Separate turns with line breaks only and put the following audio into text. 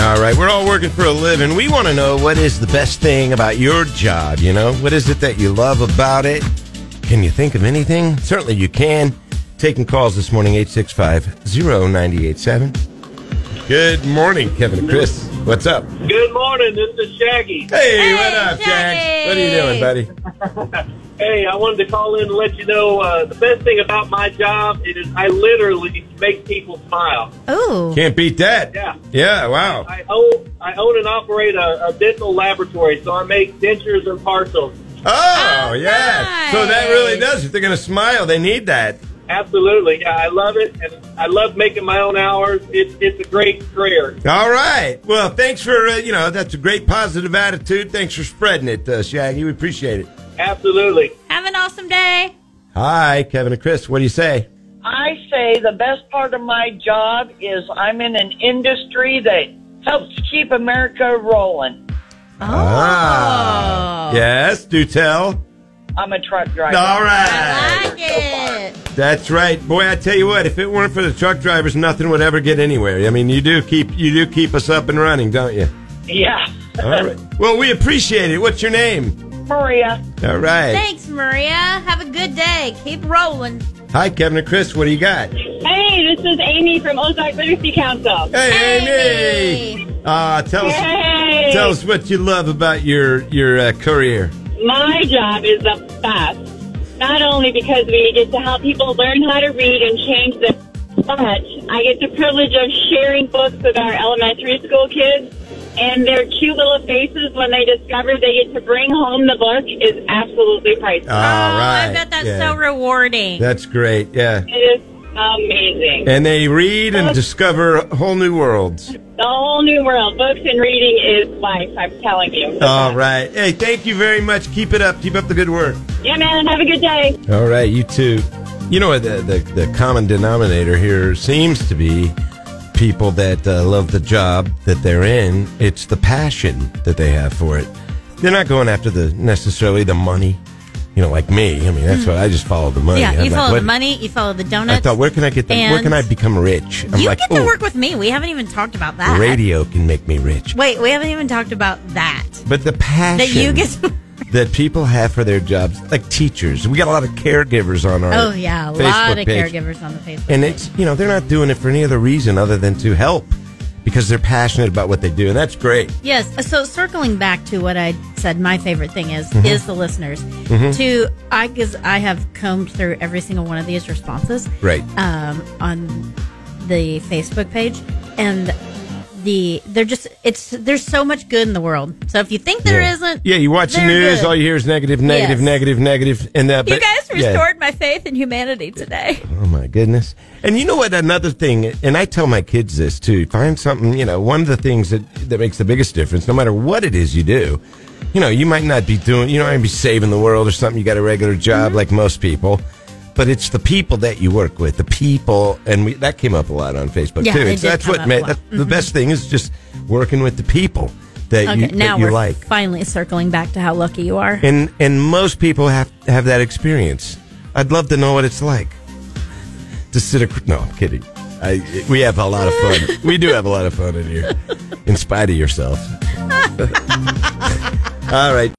All right, we're all working for a living. We want to know what is the best thing about your job, you know? What is it that you love about it? Can you think of anything? Certainly you can. Taking calls this morning, 865-0987. Good morning, Kevin and Chris. What's up?
Good morning. This is Shaggy.
Hey,
Hey,
what up, Jax?
Shaggy.
What are you doing, buddy?
Hey, I wanted to call in and let you know uh, the best thing about my job it is I literally make people smile.
Ooh.
Can't beat that.
Yeah.
Yeah, wow.
I own, I own and operate a, a dental laboratory, so I make dentures and parcels.
Oh,
Oh,
yeah.
nice.
So that really does. If they're going to smile, they need that.
Absolutely, yeah, I love it, and I love making my own hours. It's it's a great career.
All right. Well, thanks for, uh, you know, that's a great positive attitude. Thanks for spreading it, uh, Shaggy. We appreciate it.
Absolutely.
Have an awesome day.
Hi, Kevin and Chris. What do you say?
I say the best part of my job is I'm in an industry that helps keep America rolling.
Oh.
Ah. Yes, do tell.
I'm a truck driver.
All
I
right.
like it.
That's right. Boy, I tell you what, if it weren't for the truck drivers, nothing would ever get anywhere. I mean, you do keep you do keep us up and running, don't you?
Yeah.
All right. Well, we appreciate it. What's your name?
Maria,
All right.
Thanks, Maria. Have a good day. Keep rolling.
Hi, Kevin and Chris. What do you got?
Hey, this is Amy from Ozark Literacy Council.
Hey, Amy. Uh, tell us
Hey,
tell us what you love about your your uh, career.
my job is the best. Not only because we get to help people learn how to read and change their, but I get the privilege of sharing books with our elementary school kids. And their cute little faces when they discover they get to bring home the book is absolutely priceless.
All
oh,
right.
I bet that's
Yeah.
so rewarding.
That's great. Yeah.
it is amazing.
And they read and discover whole new worlds.
The whole new world. Books and reading is life, I'm telling you.
All right. Hey, thank you very much. Keep it up. Keep up the good work.
Yeah, man, have a good day.
All right, you too. You know what? The, the, the common denominator here seems to be people that uh, love the job that they're in. It's the passion that they have for it. They're not going after the necessarily the money. You know, like me. I mean, that's what I just follow the money.
yeah,
I'm
you
Oh, like,
follow
what-
the money, you follow the donuts.
I thought, where can I get the, where
and-
can I become rich? I'm
you
like,
get to
"Oh,
work with me. We haven't even talked about that.
radio can make me rich.
Wait, we haven't even talked about that.
But the passion
That you get to
that people have for their jobs, like teachers. We got a lot of caregivers on our
Oh yeah, a
Facebook
lot of
page.
caregivers on the Facebook.
and it's you know they're not doing it for any other reason other than to help because they're passionate about what they do and that's great
Yes. So circling back to what I said, my favorite thing is
Mm-hmm.
is the listeners. To I because I have combed through every single one of these responses
right
um, on the Facebook page, and the they're just it's there's so much good in the world. So if you think there
yeah.
not
yeah you watch the news all you hear is negative negative
Yes.
negative negative, and that
You
but-
guys
yeah.
restored my faith in humanity today.
oh my goodness and you know what another thing and i tell my kids this too find something you know one of the things that that makes the biggest difference no matter what it is you do you know you might not be doing you know might be saving the world or something you got a regular
Mm-hmm.
job like most people but it's the people that you work with, the people, and we, that came up a lot on Facebook
Yeah,
too.
it
It's-
did
that's
come
what
up
ma-
a lot. Mm-hmm.
that's the best thing is just working with the people that
Okay,
you
now
that you
we're
like,
finally circling back to how lucky you are.
and and most people have have that experience. I'd love to know what it's like to sit. Ac- no, I'm kidding. I, we have a lot of fun. we do have a lot of fun in here, in spite of yourself. All right.